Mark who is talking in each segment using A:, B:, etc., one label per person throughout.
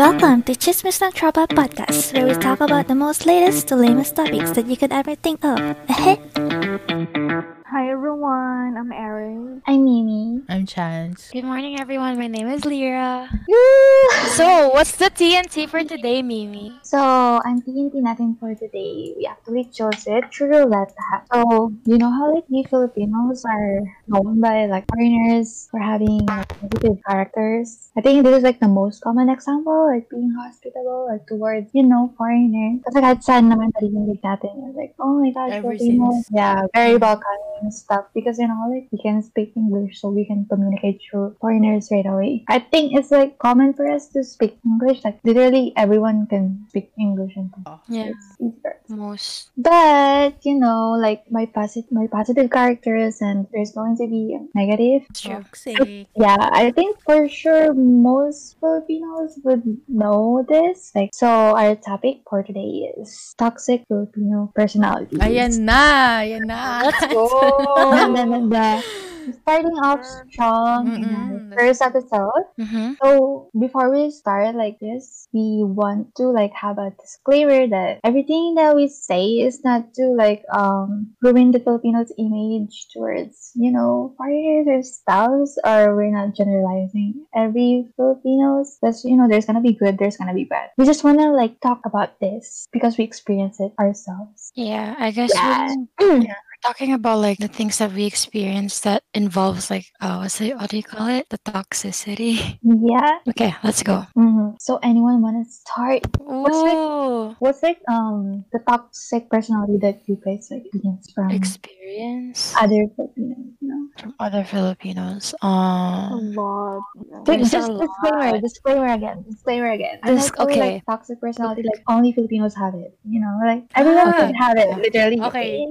A: Welcome to Chismis Not Trouble podcast, where we talk about the most latest to lamest topics that you could ever think of. Ahe.
B: Hi everyone, I'm Erin.
C: I'm Mimi.
D: I'm Chance.
E: Good morning, everyone. My name is Lyra.
C: Woo!
E: So, what's the TNT for today, Mimi?
C: So, ang TNT natin for today, we actually chose it through Ruleta. So, you know how like we Filipinos are known by like foreigners for having like, positive characters? I think this is like the most common example, like being hospitable, like towards, you know, foreigners. Kasi kahit saan naman narinig natin, you're like, oh my gosh,
D: Ever
C: Filipino.
D: since.
C: Yeah, very welcoming and stuff because, you know, like we can speak English so we can communicate through foreigners right away. I think it's like common for us to speak English, like literally everyone can speak English and
E: Yeah,
C: it's easier.
E: most.
C: But you know, like my posit my positive characters and there's going to be a negative.
E: It's true.
D: Toxic.
C: Yeah, I think for sure most Filipinos would know this. Like so our topic for today is toxic Filipino personalities.
D: Ayan Ah, na! Ayan na!
E: Let's go.
C: Ganda-ganda. Starting off strong in our
D: Mm-mm.
C: first episode.
E: Mm-hmm.
C: So before we start like this, we want to like have a disclaimer that everything that we say is not to like um ruin the Filipinos image towards, you know, foreigners or spouse or we're not generalizing every Filipinos. That's you know, there's gonna be good, there's gonna be bad. We just wanna like talk about this because we experience it ourselves.
E: Yeah, I guess
C: Yeah.
E: We're, we're talking about like the things that we experience that involves like, oh, what's it? What do you call it? The toxicity.
C: Yeah.
E: Okay, let's go.
C: Mhm. So anyone wanna start? like-
E: Ooh,
C: What's like um the toxic personality that you guys like experience from?
E: experience
C: other Filipinos, you know.
E: Um, from other Filipinos.
B: A
E: Um,
B: lot. Yeah.
E: There's
C: just
E: a
C: disclaimer,
E: lot.
C: disclaimer again, disclaimer again. I'm
E: Dis-
C: not saying,
E: okay.
C: like toxic personality, like only Filipinos have it. You know, like everyone
E: Ah.
C: can have it, literally.
D: Okay.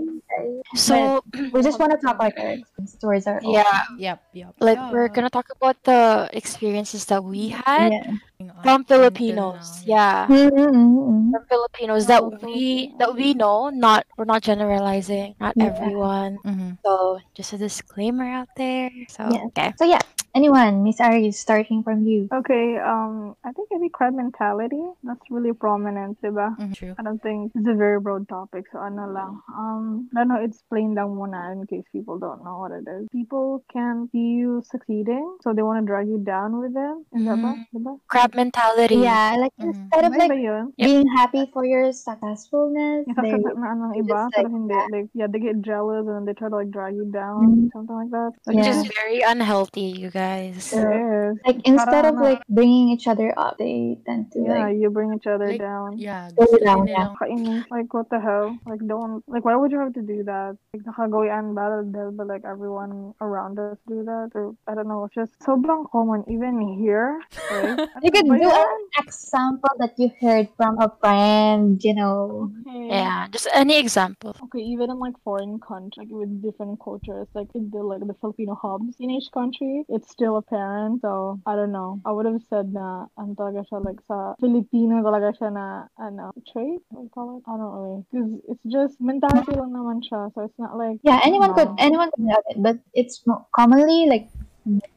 E: so
C: We just want to talk like our experience towards our own.
E: yeah,
D: Yep, yep.
E: like we're gonna talk about the experiences that we had
C: Yeah.
E: from Filipinos. Yeah.
C: Mm-hmm.
E: from Filipinos that we that we know. Not we're not generalizing. Not
C: Yeah.
E: everyone.
D: Mm-hmm.
E: So just a disclaimer out there. So
C: Yeah.
E: okay.
C: So yeah, anyone, Miss Ari, starting from you.
B: Okay, um, I think every crab mentality, that's really prominent, diba?
D: mm-hmm. True.
B: I don't think it's a very broad topic, so ano lang. Um, I don't know, explain lang muna in case people don't know what it is. People can see you succeeding, so they want to drag you down with them. Is that ba? Diba?
E: Crab mentality.
C: Yeah, like
D: Mhm.
E: Mm-hmm.
C: instead of
B: Iba
C: Mm-hmm. like
B: yun?
E: Yep.
C: being happy for your successfulness, they,
B: Nakakasakit na ano ng
C: they
B: iba,
C: just,
B: pero
C: like,
B: hindi. Like, yeah, they get jealous and then they try to like drag you down,
C: Mhm.
B: something like that. Like,
E: Which
C: Yeah.
E: is very unhealthy, you guys.
C: Yeah.
B: Yes.
C: like instead of
B: Parang,
C: like bringing each other up, they tend to
B: Yeah,
C: like
B: you bring each other
D: Like,
B: down.
D: Yeah,
C: Slow
D: gusto
C: down,
D: din nilang
B: Kainis, like what the hell? Like don't like why would you have to do that? Like nakagawian ba dahil ba like everyone around us do that or I don't know, it's just sobrang common even here. Right?
C: You could
B: But
C: do
B: yeah.
C: an example that you heard from a friend, you know.
E: Yeah. Just any example.
B: Okay, even in like foreign countries, like with different cultures, like in the like the Filipino hubs in each country, it's still apparent. So I don't know. I would have said na ano talaga siya like sa Filipino talaga siya na ano trait. What do you call it? I don't really. Cause it's just mentality lang naman siya. So it's not like
C: Yeah, anyone could
B: Wow.
C: anyone could have it, but it's mo- commonly like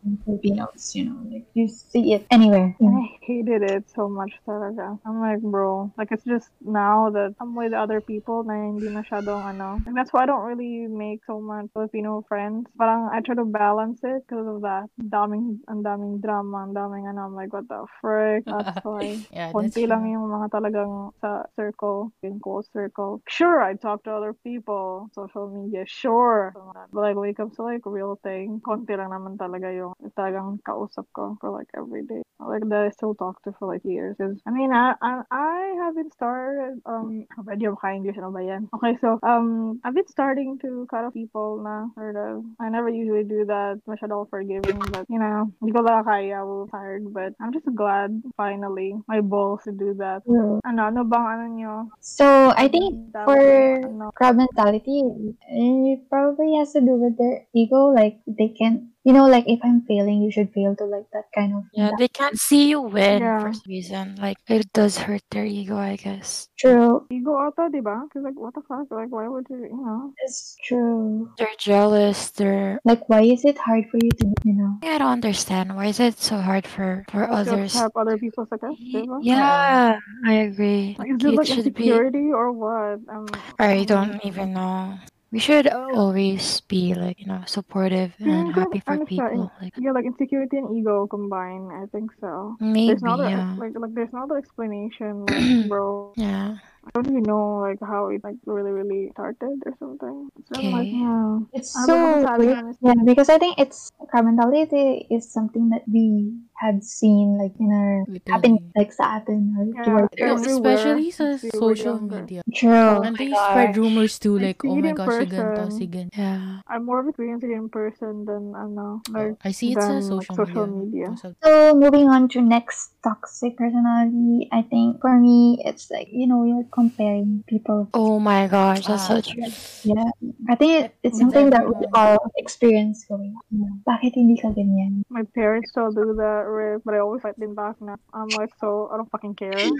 C: in Filipinos, you know, like you see it anywhere.
B: And I hated it so much talaga. I'm like, bro, like it's just now that I'm with other people na hindi masyadong ano. Like, that's why I don't really make so much Filipino friends. Parang I try to balance it because of that. Daming, ang daming drama, ang daming ano. I'm like, what the frick? That's why.
D: Yeah, that's
B: Konti lang
D: true.
B: yung mga talagang sa circle, in close circle. Sure, I talk to other people, social media, sure. But like, wake up to like real thing. Konti lang naman talaga yung talagang kausap ko for like every day. Like, that I still talk to for like years. 'Cause, I mean, I, I, I have been started, um, already I'm kind English, ano ba yan? Okay, so, um, I've been starting to cut off people na heard of. I never usually do that. Masyado ako forgiving, but, you know, hindi ko lang kaya. I was tired, but I'm just glad, finally, my balls to do that.
C: Mm.
B: Ano, ano bang ano nyo?
C: So I think
B: Tawag
C: for
B: nyo, ano,
C: crowd mentality, it probably has to do with their ego. Like they can you know, like if I'm failing, you should fail to like that kind of
E: Yeah, they can't see you win
B: Yeah.
E: for some reason. Like it does hurt their ego, I guess.
C: true.
B: Ego ata, di ba? Because like, what the fuck? Like, why would you, you know?
C: It's true.
E: They're jealous. They're
C: Like, why is it hard for you to, you know?
E: I don't understand. Why is it so hard for for
B: Just
E: others?
B: have other people's success, di ba?
E: Yeah, I agree. Like,
B: Like, Is it like
E: should be.
B: insecurity or what? Um,
E: I don't even know. We should always be like you know supportive and
B: Yeah,
E: happy for
B: ano siya,
E: people. Like
B: Yeah, like insecurity and ego combined. I think so.
E: maybe
B: There's not a,
E: yeah,
B: like like there's not an explanation, like, bro.
E: yeah.
B: I don't even know like how it like really really started or something. So I'm like,
E: Okay.
B: yeah.
C: It's
B: Ah,
C: so
B: baka masabi
C: weird.
B: namin-
C: Yeah, because I think it's car mentality is something that we had seen like in our happening like sa atin or
B: Yeah.
C: towards
B: Yeah,
D: No,
C: us.
B: everywhere
D: especially sa
B: since we were
D: social
B: younger. Oh
D: media.
C: True.
D: and they
E: gosh.
D: spread rumors too,
B: I
D: like,
B: see
D: oh my
B: it in
D: gosh, si ganito,
B: person.
D: si gan-
E: Yeah.
B: I'm more of experienced in person than ano,
E: Oh.
B: like
D: I see it sa
B: than, like,
D: social,
B: social media.
D: media. Sa-
C: So moving on to next toxic personality, I think for me it's like you know you're comparing people.
E: Oh my gosh, that's so
D: Ah.
B: Uh,
E: true.
C: Yeah, I think it, it's something that we all experience going. on. Yeah. Bakit hindi ka ganyan?
B: my parents still do that, right? But I always fight them back now. I'm like, so I don't fucking care. yeah,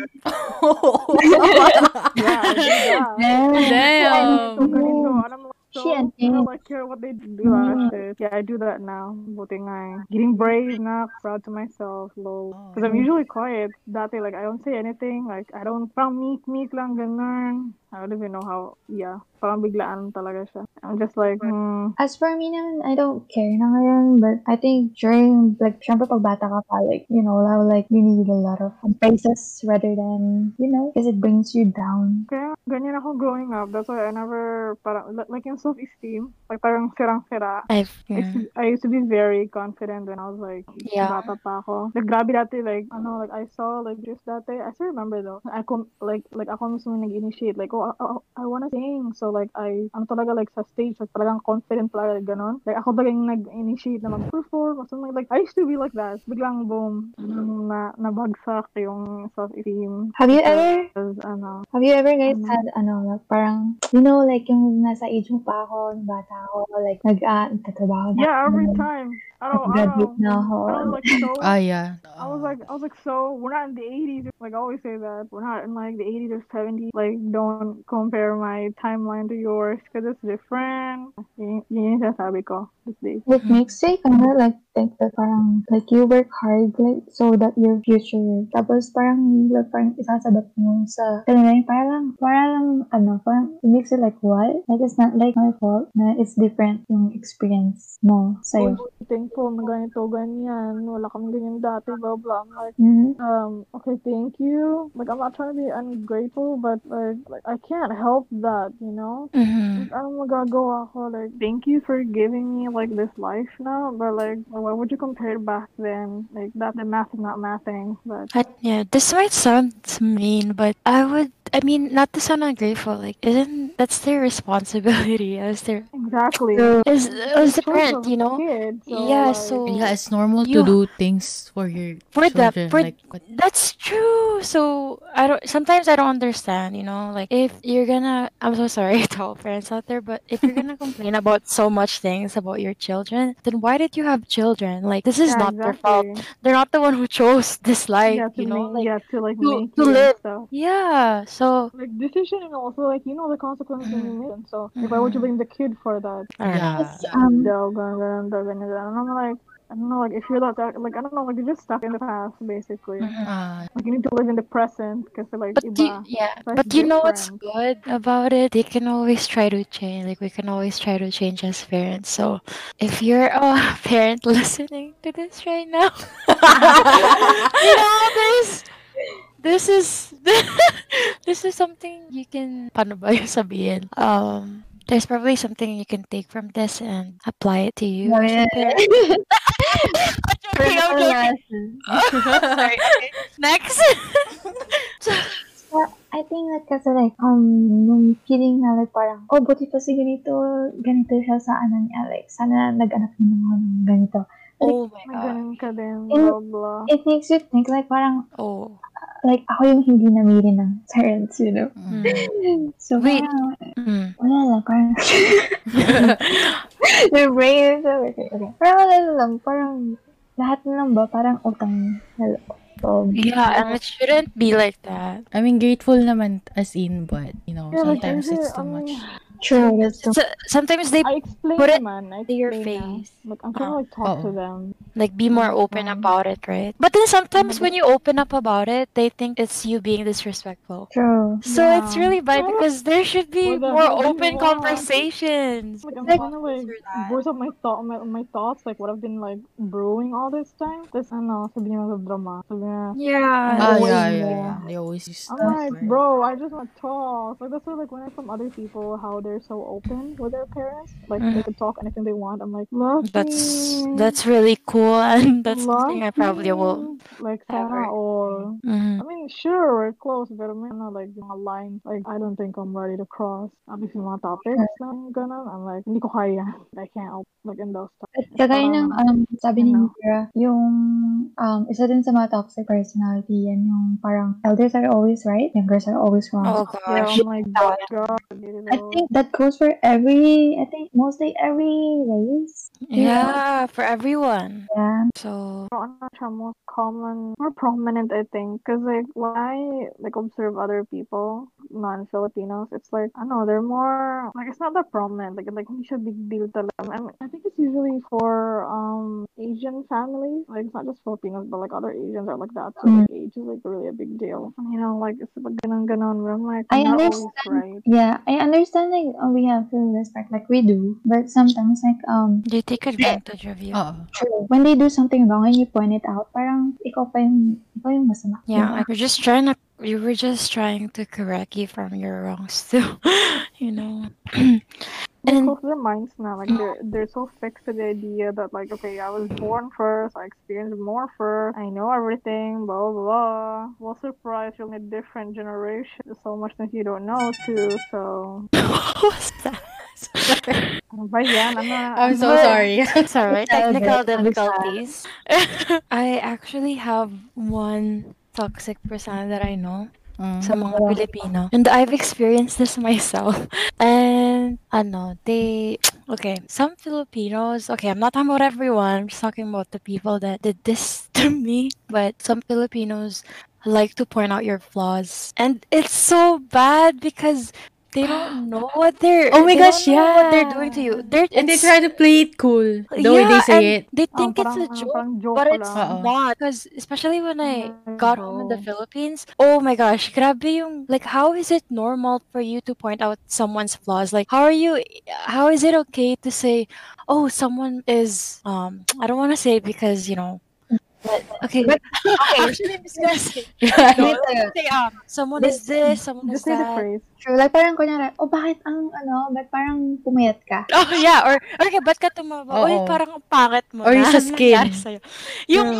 B: I do that.
D: Damn.
B: Okay, so, and I'm like,
C: She
B: so,
C: and
B: I don't
C: Dave.
B: like care what they do that shit. Yeah, I do that now. Buti nga. eh. Getting brave na, proud to myself, lol. Because I'm usually quiet. Dati, like, I don't say anything. Like, I don't, parang meek, meek lang, ganun. I don't even know how, yeah. Parang biglaan talaga siya. I'm just like, hmm,
C: As for me naman, I don't care na ngayon, but I think during, like, syempre pag bata ka pa, like, you know, how, like, you need a lot of praises rather than, you know, because it brings you down.
B: Kaya ganyan ako growing up. That's why I never, parang, li- like yung self-esteem, like parang sirang-sira.
E: I've
B: I used,
E: yeah.
B: to, I used to be very confident when I was like,
E: Yeah.
B: bata pa ako. Like, grabe dati, like, ano, like, I saw, like, just dati, I still remember though. I com- like, like, ako mismo nag-initiate, like, oh, I, I, I wanna sing. So, like, I, ano talaga, like, sa stage, like, talagang confident talaga, like, ganun. Like, ako talaga yung nag-initiate na mag-perform, or something like, I used to be like that. Biglang, boom, na, nabagsak yung self-esteem.
C: Have you
B: Because,
C: ever,
B: ano,
C: have you ever guys
B: Mhm.
C: had, ano, like, parang, you know, like, yung nasa age mo pa ako, yung bata ako, like, nag, ah, nagtatrabaho na.
B: Yeah, every
C: ako,
B: time. Araw,
C: Graduate
B: araw.
C: na ako.
B: I was like so.
D: Ah, yeah.
B: I was like, I was like so. We're not in the 80s. Like I always say that we're not in like the 80s or 70s. Like don't compare my timeline to yours because it's different. Yun yun yung sinasabi ko. this day.
C: It makes you kind of like think that parang like you work hard like so that your future tapos parang like parang isasadap mo sa talagang parang parang ano parang it makes you like what like it's not like my fault na it's different yung experience mo sa'yo
B: Uy, Thankful na ganito, ganyan. Wala kami ganyan dati, blah, blah. I'm like,
C: Mhm.
B: um, okay, thank you. Like, I'm not trying to be ungrateful, but like, like I can't help that, you know?
E: Mm-hmm.
B: Anong magagawa ko? Like, thank you for giving me, like, this life now. But, like, why would you compare it back then? Like, that the math is not mathing. But,
E: I, yeah, this might sound mean, but I would. I mean, not to sound ungrateful. Like, isn't that's their responsibility as their
B: exactly.
E: as as the parent, you know?
B: Kid, so,
E: Yeah,
B: like,
E: so
D: yeah, it's normal to
E: You-
D: do things for your
E: For the-
D: children.
E: for-
D: like, what-
E: That's true. So I don't. Sometimes I don't understand. You know, like if you're gonna, I'm so sorry to all parents out there, but if you're gonna complain about so much things about your children, then why did you have children? Like this is
B: yeah,
E: not their fault.
B: exactly.
E: They're not the one who chose this life.
B: yeah, to
E: you know,
B: make,
E: like
B: yeah, to, like,
E: to-
B: make
E: to
B: it and
E: live.
B: stuff.
E: yeah. So
B: Like, decision and also, like, you know the consequences you
E: Mm-hmm.
B: make. And so, like, why would you
E: Mhm.
B: blame the kid for that?
E: I don't know.
D: yeah.
C: Tapos, um
B: Daw, ganun, ganun, daw, ganun, ganun. And I'm like, I don't know, like, if you're not that, like, I don't know, like, you're just stuck in the past, basically.
D: Ah,
B: Like, you need to live in the present because, like,
E: Mm-hmm. But do,
B: iba.
E: yeah,
B: But
E: but you know what's good
B: different.
E: about it? They can always try to change. Like we can always try to change as parents. So if you're a parent listening to this right now, you know this. This is this is something you can paano ba yung sabihin? Um, there's probably something you can take from this and apply it to you.
C: yeah,
E: as a
C: yeah,
E: parent.
C: yeah.
E: Joking, I'm joking. Sorry, okay. Next.
C: So, I think like kasi like um nung feeling na like parang oh buti pa si ganito ganito siya sa ano niya like sana nag-anak naman ako ng ganito
E: oh my
B: May
E: god.
B: ganun ka din,
C: In-
B: blah, blah.
C: it makes you think like parang
E: Oh.
C: like ako yung hindi namili ng parents you know
D: mm.
C: so
E: Wait.
C: parang,
E: Mm.
C: wala lang parang Your brain is so- okay, okay. Parang wala lang, parang lahat na lang ba? Parang utang na loob.
E: Yeah, and it shouldn't be like that.
D: I mean, grateful naman as in, but, you know,
B: Yeah, but
D: sometimes
B: kasi,
D: it's too
B: um,
D: much.
C: True, that's so
E: So, sometimes they
B: I explain
E: Put it
B: man. I
E: to your
B: explain na.
E: face.
B: But I'm trying to like, talk to
D: Oo.
B: them.
E: like be more open about it, right? Mm-hmm. But then sometimes when you open up about it, they think it's you being disrespectful.
C: true.
E: So it's
B: Yeah.
E: really bad
B: Yeah.
E: because there should be
B: Well, the
E: more
B: whole
E: open
B: world.
E: conversations.
B: Like I'm
C: Like-
B: trying to like voice out my thought, my, my thoughts, like what I've been like brewing all this time. This ano, sabihin na sa drama. Sabihin na,
E: Yeah.
D: Ah,
C: always
D: yeah, yeah,
C: there.
D: yeah. They always use
B: I'm
D: that
B: like,
D: word.
B: bro, I just want to talk. Like that's why like when I from other people, how they're so open with their parents, like they
E: Mhm.
B: can talk anything they want. I'm like, love
E: That's that's really cool and that's something I probably will
B: like
E: ever
B: sana all.
E: Mhm.
B: I mean, sure, we're close, but I mean, not like mga lines, like, I don't think I'm ready to cross. Tapos yung mga topics na ganun, I'm like, hindi ko kaya. I can't, help, like, in those topics.
C: Kagaya ng
B: Parang-
C: um, sabi ni
B: Ano?
C: Mira, yung um, isa din sa mga toxic personality yan yung parang elders are always right, youngers are always wrong.
E: Oh
B: Yeah,
E: gosh.
B: I'm like,
E: Tawag.
B: God,
C: I think that goes for every, I think mostly every race.
E: Yeah, for everyone.
C: Yeah.
E: So
B: Pero ano siya, most common, more prominent, I think. Because, like, when I, like, observe other people, non-Filipinos, it's like, I don't know, they're more, like, it's not that prominent. Like, like hindi siya big deal talaga. I, mean, I think it's usually for um Asian families. Like, it's not just Filipinos, but, like, other Asians are like that. So,
C: Mm-hmm.
B: like, age is, like, really a big deal. You know, like, it's like, ganun, ganun. But I'm like,
C: I
B: not always
C: understand.
B: right.
C: Yeah, I understand like oh, we have to respect like we do, but sometimes like um
E: they take advantage of you.
D: Oo.
C: true when they do something wrong and you point it out, parang ikaw pa yung ikaw yung masama.
E: Yeah, like we're just trying to we were just trying to correct you from your wrongs too. you know.
B: They're
E: And-
B: close to their minds now. Like they're they're so fixed to the idea that like okay, I was born first, I experienced more first, I know everything, blah blah blah. Well, surprise, you're in a different generation. There's so much that you don't know too. So,
E: what was that?
B: but yeah, I'm not.
D: I'm so
E: But-
D: sorry.
E: It's alright.
C: It's all
E: Technical
C: good.
E: difficulties. I actually have one toxic persona that I know
D: Mm.
E: sa mga Pilipino. And I've experienced this myself. And ano, they okay, some Filipinos, okay, I'm not talking about everyone, I'm just talking about the people that did this to me, but some Filipinos like to point out your flaws. And it's so bad because they don't know what they're
D: Oh my
E: they
D: gosh,
E: don't know what they're
D: yeah.
E: doing to you. They're
D: And they
E: it's-
D: try to play it cool. The way they
E: yeah,
D: say
E: and
D: it.
E: They
B: Oh,
E: think it's a
B: parang- ano,
E: joke,
B: parang joke
E: but
B: ko
E: it's
B: lang.
D: Oo.
E: not. Because especially when I
B: Mm,
E: got home in the
B: no.
E: Philippines, oh my gosh, grabe yung like how is it normal for you to point out someone's flaws? Like how are you how is it okay to say, oh someone is um I don't wanna say it because you know but okay,
C: But-
E: actually I'm just gonna say, no,
C: Wait,
E: let's
C: uh,
E: say um someone is this, someone is
B: Just say the
E: that.
B: phrase.
C: True. Like, parang kunyari, oh, bakit ang, ano, ba't parang pumayat ka?
E: Oh yeah, or okay, ba't ka tumaba? Uy,
D: Oo.
E: parang ang pangit mo
D: Or
E: na.
D: yung sa
E: Anong
D: skin.
E: nangyari sa'yo? Yung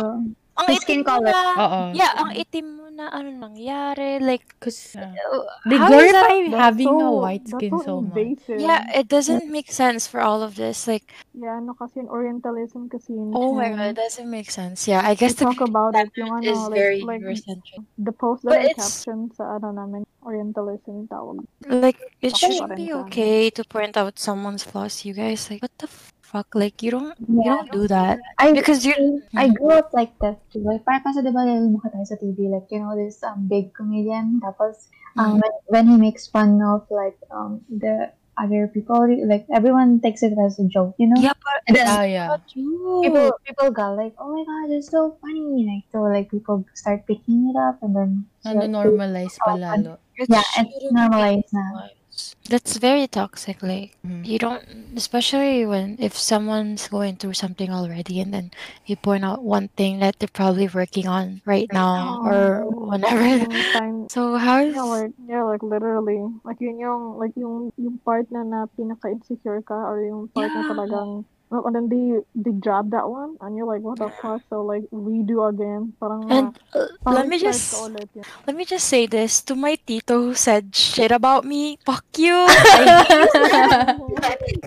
E: ang
C: Yung
E: itim
C: skin
E: mo
C: color.
E: na-
D: Oo.
E: Yeah, ang itim mo na ano nangyari. Like,
D: Cause uh,
E: uh,
D: they
E: how is that-
D: glorify
B: That's
D: having
B: so,
D: a white
B: that's
D: skin so much.
B: invasive.
E: Yeah, it doesn't make sense for all of this. Like,
B: Yeah, ano kasi yun, Orientalism kasi yun.
E: oh my
B: siya.
E: god, it doesn't make sense. Yeah, I guess
B: We
E: the
B: talk about it. Yung ano,
E: is
B: like,
E: very
B: like,
E: Eurocentric.
B: the post
E: But
B: that I
E: it's-
B: captioned sa ano namin, Orientalism tawag.
E: Like, it
B: Talk
E: should
B: about
E: be
B: it, Anna.
E: mm, okay to point out someone's flaws. You guys, like, what the fuck? Like, you don't, you
C: Yeah.
E: don't do that
C: I,
E: because you're.
C: I grew up like that too. Like, parang kasi diba lalo ka tayo sa TV, like, you know, this um, big comedian, tapos,
E: Mm.
C: um, when, when he makes fun of, like, um, the other people, like, everyone takes it as a joke, you know?
E: Yeah, but
C: And then
D: Ah, yeah.
E: not you.
C: people, people go, like, oh my god, it's so funny. Like, so, like, people start picking it up, and then...
D: Ano normalize pa lalo.
E: It
C: Yeah, it's
E: shouldn't be
C: normalized na.
E: normalized. That's very toxic. Like,
D: Mhm.
B: Mm-hmm.
E: you don't especially when if someone's going through something already and then you point out one thing that they're probably working on right now or whenever
B: Yung time,
E: so how is
B: yeah, like, yeah, like, literally. Like, yun yung, like, yung, yung part na na pinaka-insecure ka or yung part na
E: Yeah.
B: talagang, well, and then they, they grab that one and you're like, what the fuck? So, like, redo again. Parang,
E: and
B: uh,
E: uh, let
B: parang
E: me
B: start
E: just
B: ka ulit yun.
E: let me just say this to my tito who said shit about me fuck you I hate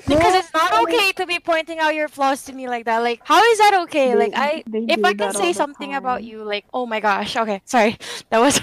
E: Because it's not okay to be pointing out your flaws to me like that. Like, how is that okay?
B: They-
E: Like, I
B: they
E: if
B: do
E: I can
B: that
E: say
B: all the
E: something about
B: time.
E: you, like, oh my gosh, okay, sorry, that was.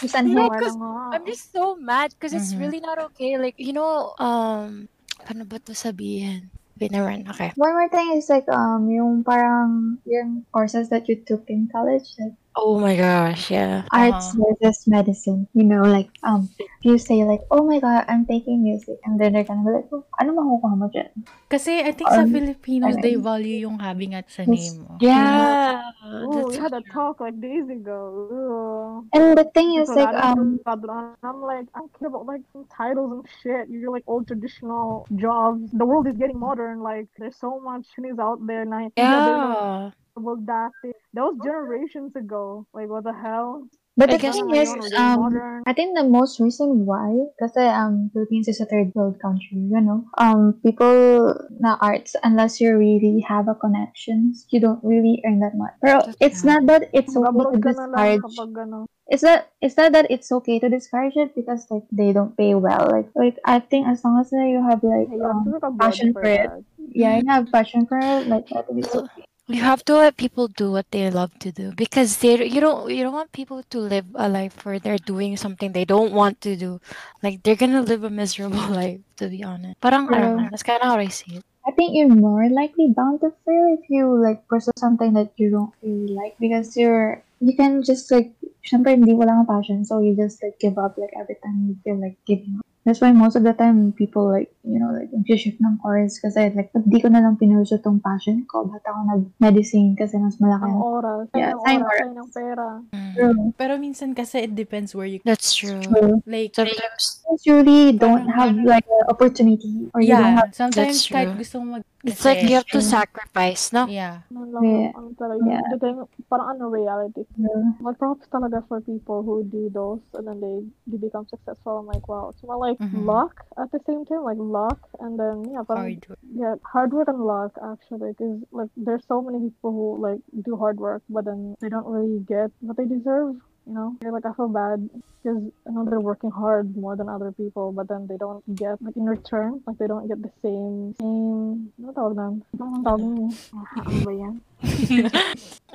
C: Just unhealthy.
E: No,
B: Parang,
E: 'cause
B: ah,
E: I'm just so mad because it's
D: Mhm.
E: really not okay. Like, you know, um, paano ba to sabihin? Maybe never mind. Okay.
C: One more thing is like um yung parang yung courses that you took in college like
E: Oh my gosh, yeah.
C: arts versus medicine. You know, like um you say like oh my god I'm taking music and then they're gonna be like oh, ano makukuha mo dyan?
D: Kasi I think sa
C: Um,
D: Filipinos,
C: ano
D: they
C: yun?
D: value yung having at sa
C: Yes.
D: name. mo.
E: Yeah.
B: Oh, we
E: that's
B: had
E: so
B: a talk like days ago. Ugh.
C: And the thing is
B: So
C: like
B: that
C: um
B: is Padron. I'm like, I don't care about like some titles and shit. You're like old traditional jobs. The world is getting modern. Like, there's so much things out there. Now,
E: Yeah.
B: That was generations ago. Like, what the hell?
C: but
E: I
C: the
E: guess
C: thing
E: I
C: is
E: don't
B: really
C: um
B: modern.
C: I think the most reason why, because um, Philippines is a third world country, you know, um, people na arts unless you really have a connections, you don't really earn that much. Pero
E: That's
C: it's
E: true.
C: not that it's okay to
B: Babalog ka na lang
C: discourage.
B: kapag ano.
C: It's that it's not that it's okay to discourage it because like they don't pay well. Like like I think as long as uh, you have like
B: Hey, you have
C: um,
B: to look abroad
C: passion for it.
B: that.
C: yeah, you have passion for it, like I think it's okay.
E: You have to let people do what they love to do because they you don't you don't want people to live a life where they're doing something they don't want to do. Like they're gonna live a miserable life to be honest. But I don't know.
C: True.
E: That's kind of how I see it.
C: I think you're more likely bound to fail if you like pursue something that you don't really like because you're you can just like syempre hindi wala kang passion so you just like give up like every time you feel like giving up. That's why most of the time people like you know like nag-shift ng course kasi like pag di ko na lang pinursue tong passion ko ba't ako nag-medicine kasi mas malaki
B: Ang
C: ang
B: oras.
C: Yeah,
B: Yeah,
C: time
B: ang
C: oras.
B: oras. Sayang ng pera.
E: Mm.
C: True.
D: Pero minsan kasi it depends where you
E: That's true.
C: True.
D: like
E: Sometimes
C: Sometimes you really don't have like an opportunity or you don't
D: yeah,
C: have
D: sometimes
E: That's
D: kahit
E: true.
D: gusto mo mag
E: it's like you have to
C: True.
E: sacrifice, no?
D: Yeah.
B: Ano lang,
C: Yeah.
B: ano talaga.
C: Yeah.
B: the thing, parang ano reality.
C: Yeah.
B: Like props talaga for people who do those and then they, they become successful. I'm like, wow. It's more like
E: Mm-hmm.
D: Mhm.
B: luck at the same time. Like luck and then, yeah, parang
D: Hard work.
B: Yeah, hard work and luck actually, because like there's so many people who like do hard work, but then they don't really get what they deserve. You know, They're like I feel bad because I know they're working hard more than other people, but then they don't get like in return, like they don't get the same same. Ano tawag nun? Ano tawag nun? Ano ba yan?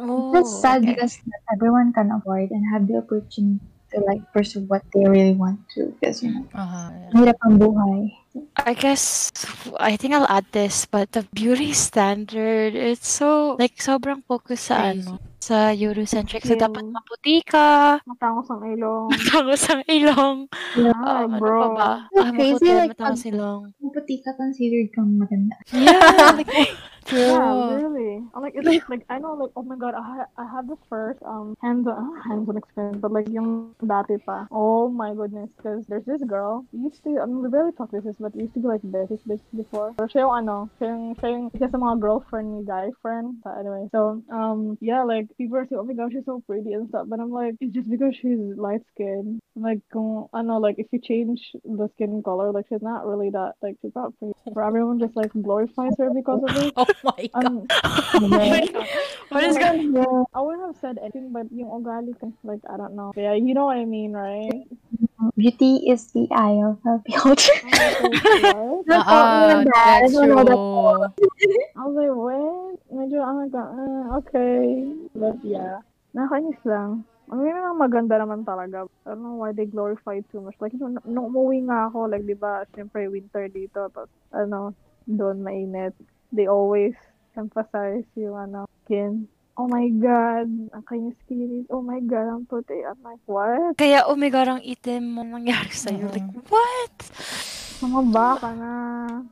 E: Oh,
C: That's sad
E: okay.
C: because not everyone can avoid and have the opportunity to like pursue what they really want to because you know
D: Aha.
C: mahirap ang buhay.
E: I guess I think I'll add this, but the beauty standard it's so like sobrang focus sa
D: Crazy.
E: ano sa Eurocentric. So dapat
B: Yeah.
E: maputi ka,
B: Matangos ang ilong.
E: matangos ang ilong.
B: Yeah,
E: Um, ano
B: bro.
E: pa ba?
C: That's
E: Ah,
C: crazy,
E: maputi,
C: like,
E: matangos
C: pag-
E: ilong.
C: Kung pati ka considered kang maganda.
E: Yeah, like,
B: Yeah,
D: True.
B: really. I'm like, it's like I know, like, oh my god, I had, I had the first um hands-on hands-on experience, but like yung dati pa. Oh my goodness, because there's this girl. We used to, I mean, we barely talk this, but we used to be like this, this before. Pero siya yung ano, siya yung, siya yung, siya sa mga girlfriend ni guy friend. But anyway, so um yeah, like people are saying, oh my god, she's so pretty and stuff, but I'm like, it's just because she's light skinned. Like, kung, I know, like if you change the skin color, like she's not really that, like she's not pretty. For everyone just like glorifies her because of it.
D: Oh my god.
B: Um,
E: oh my God. What is going
C: Yeah.
B: I wouldn't have said anything, but yung ugali ko, like, I don't know. Yeah, you know what I mean, right?
C: Beauty is the eye of the beholder.
B: I'm like, what?
C: That's
D: Ah,
C: all bad. I
D: that's
C: don't know that
D: true.
B: I was like, what? Medyo, I'm like, uh, okay. But yeah, nakainis lang. Ang yun lang maganda naman talaga. I don't know why they glorify it too much. Like, nung, nung umuwi nga ako, like, di ba, syempre, winter dito, tapos, ano, doon mainit. They always emphasize yung, ano, skin. Oh my God, ang kainis-kinis. Oh my God, ang puti. I'm like, what?
E: Kaya, oh my God, ang itim mo nangyari sa'yo.
D: Mm.
E: Like, what?
B: Mga baka na.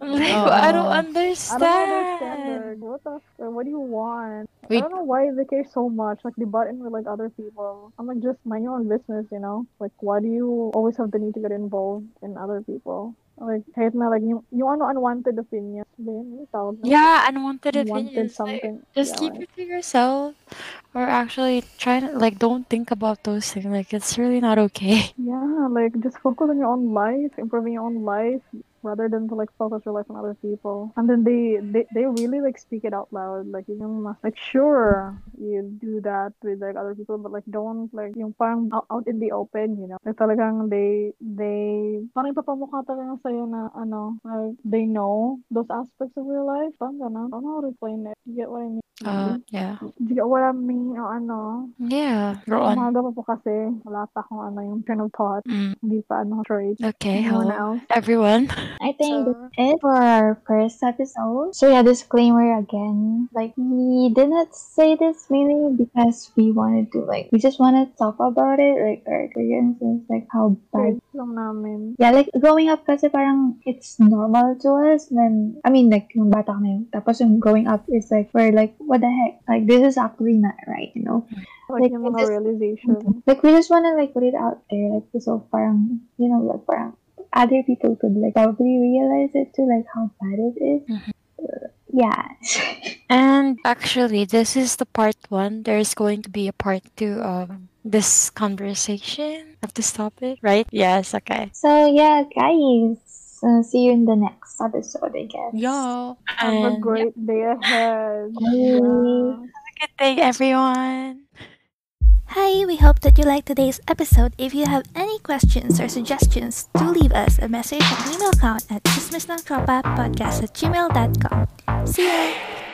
E: Like,
D: Oo.
E: I don't
B: I
E: understand.
B: don't understand. What the? f- What do you want?
D: Wait.
B: I don't know why they care so much. Like they butt in with like other people. I'm like, just mind your own business, you know. Like, why do you always have the need to get involved in other people? Like, hate na like you, you want unwanted opinions. Ba yun? Ano tawag nun?
E: Yeah, unwanted opinions. Like,
B: Unwanted something.
E: just
B: Yeah,
E: keep
B: like-
E: it to yourself. Or actually try to, like, don't think about those things. Like, it's really not okay.
B: Yeah, like just focus on your own life, improving your own life, rather than to like focus your life on other people. And then they they, they really like speak it out loud. Like you know, like sure you do that with like other people, but like don't like yung parang out, out in the open, you know. Like talagang they they parang ipapamukha talaga sa'yo na ano like they know those aspects of your life. Parang ganun. I don't know how to explain it. You get what I mean?
E: Uh, yeah.
B: you get what I mean? O ano?
E: Yeah, go on.
B: Umaga pa po kasi wala pa akong ano yung train of thought.
E: Mm,
B: Hindi pa ano straight.
E: okay,
B: Anyone
E: hello.
B: else?
E: Everyone.
C: I think
E: So-
C: that's it for our first episode. So yeah, disclaimer again. Like we did not say this mainly because we wanted to like we just wanna talk about it, like our experiences, like how bad
B: Face lang namin.
C: Yeah, like growing up kasi parang it's normal to us when I mean like yung bata kami tapos yung growing up is like we're like what the heck like this is actually not right you know
B: Like,
C: Like,
B: yung
C: we
B: mga
C: just-
B: realization.
C: like we just wanna like put it out there like so parang you know like parang other people could like probably realize it too like how bad it is. Uh, yeah
E: And actually, this is the part one. There's going to be a part two of this conversation of this topic, right? Yes, okay.
C: so yeah guys uh, see you in the next episode I guess
D: Yo.
B: Have a
E: And
B: great day ahead.
C: Bye.
B: Yeah.
E: good day, everyone.
A: Hi, we hope that you liked today's episode. If you have any questions or suggestions, do leave us a message at email account at podcast at gmail.com. See ya!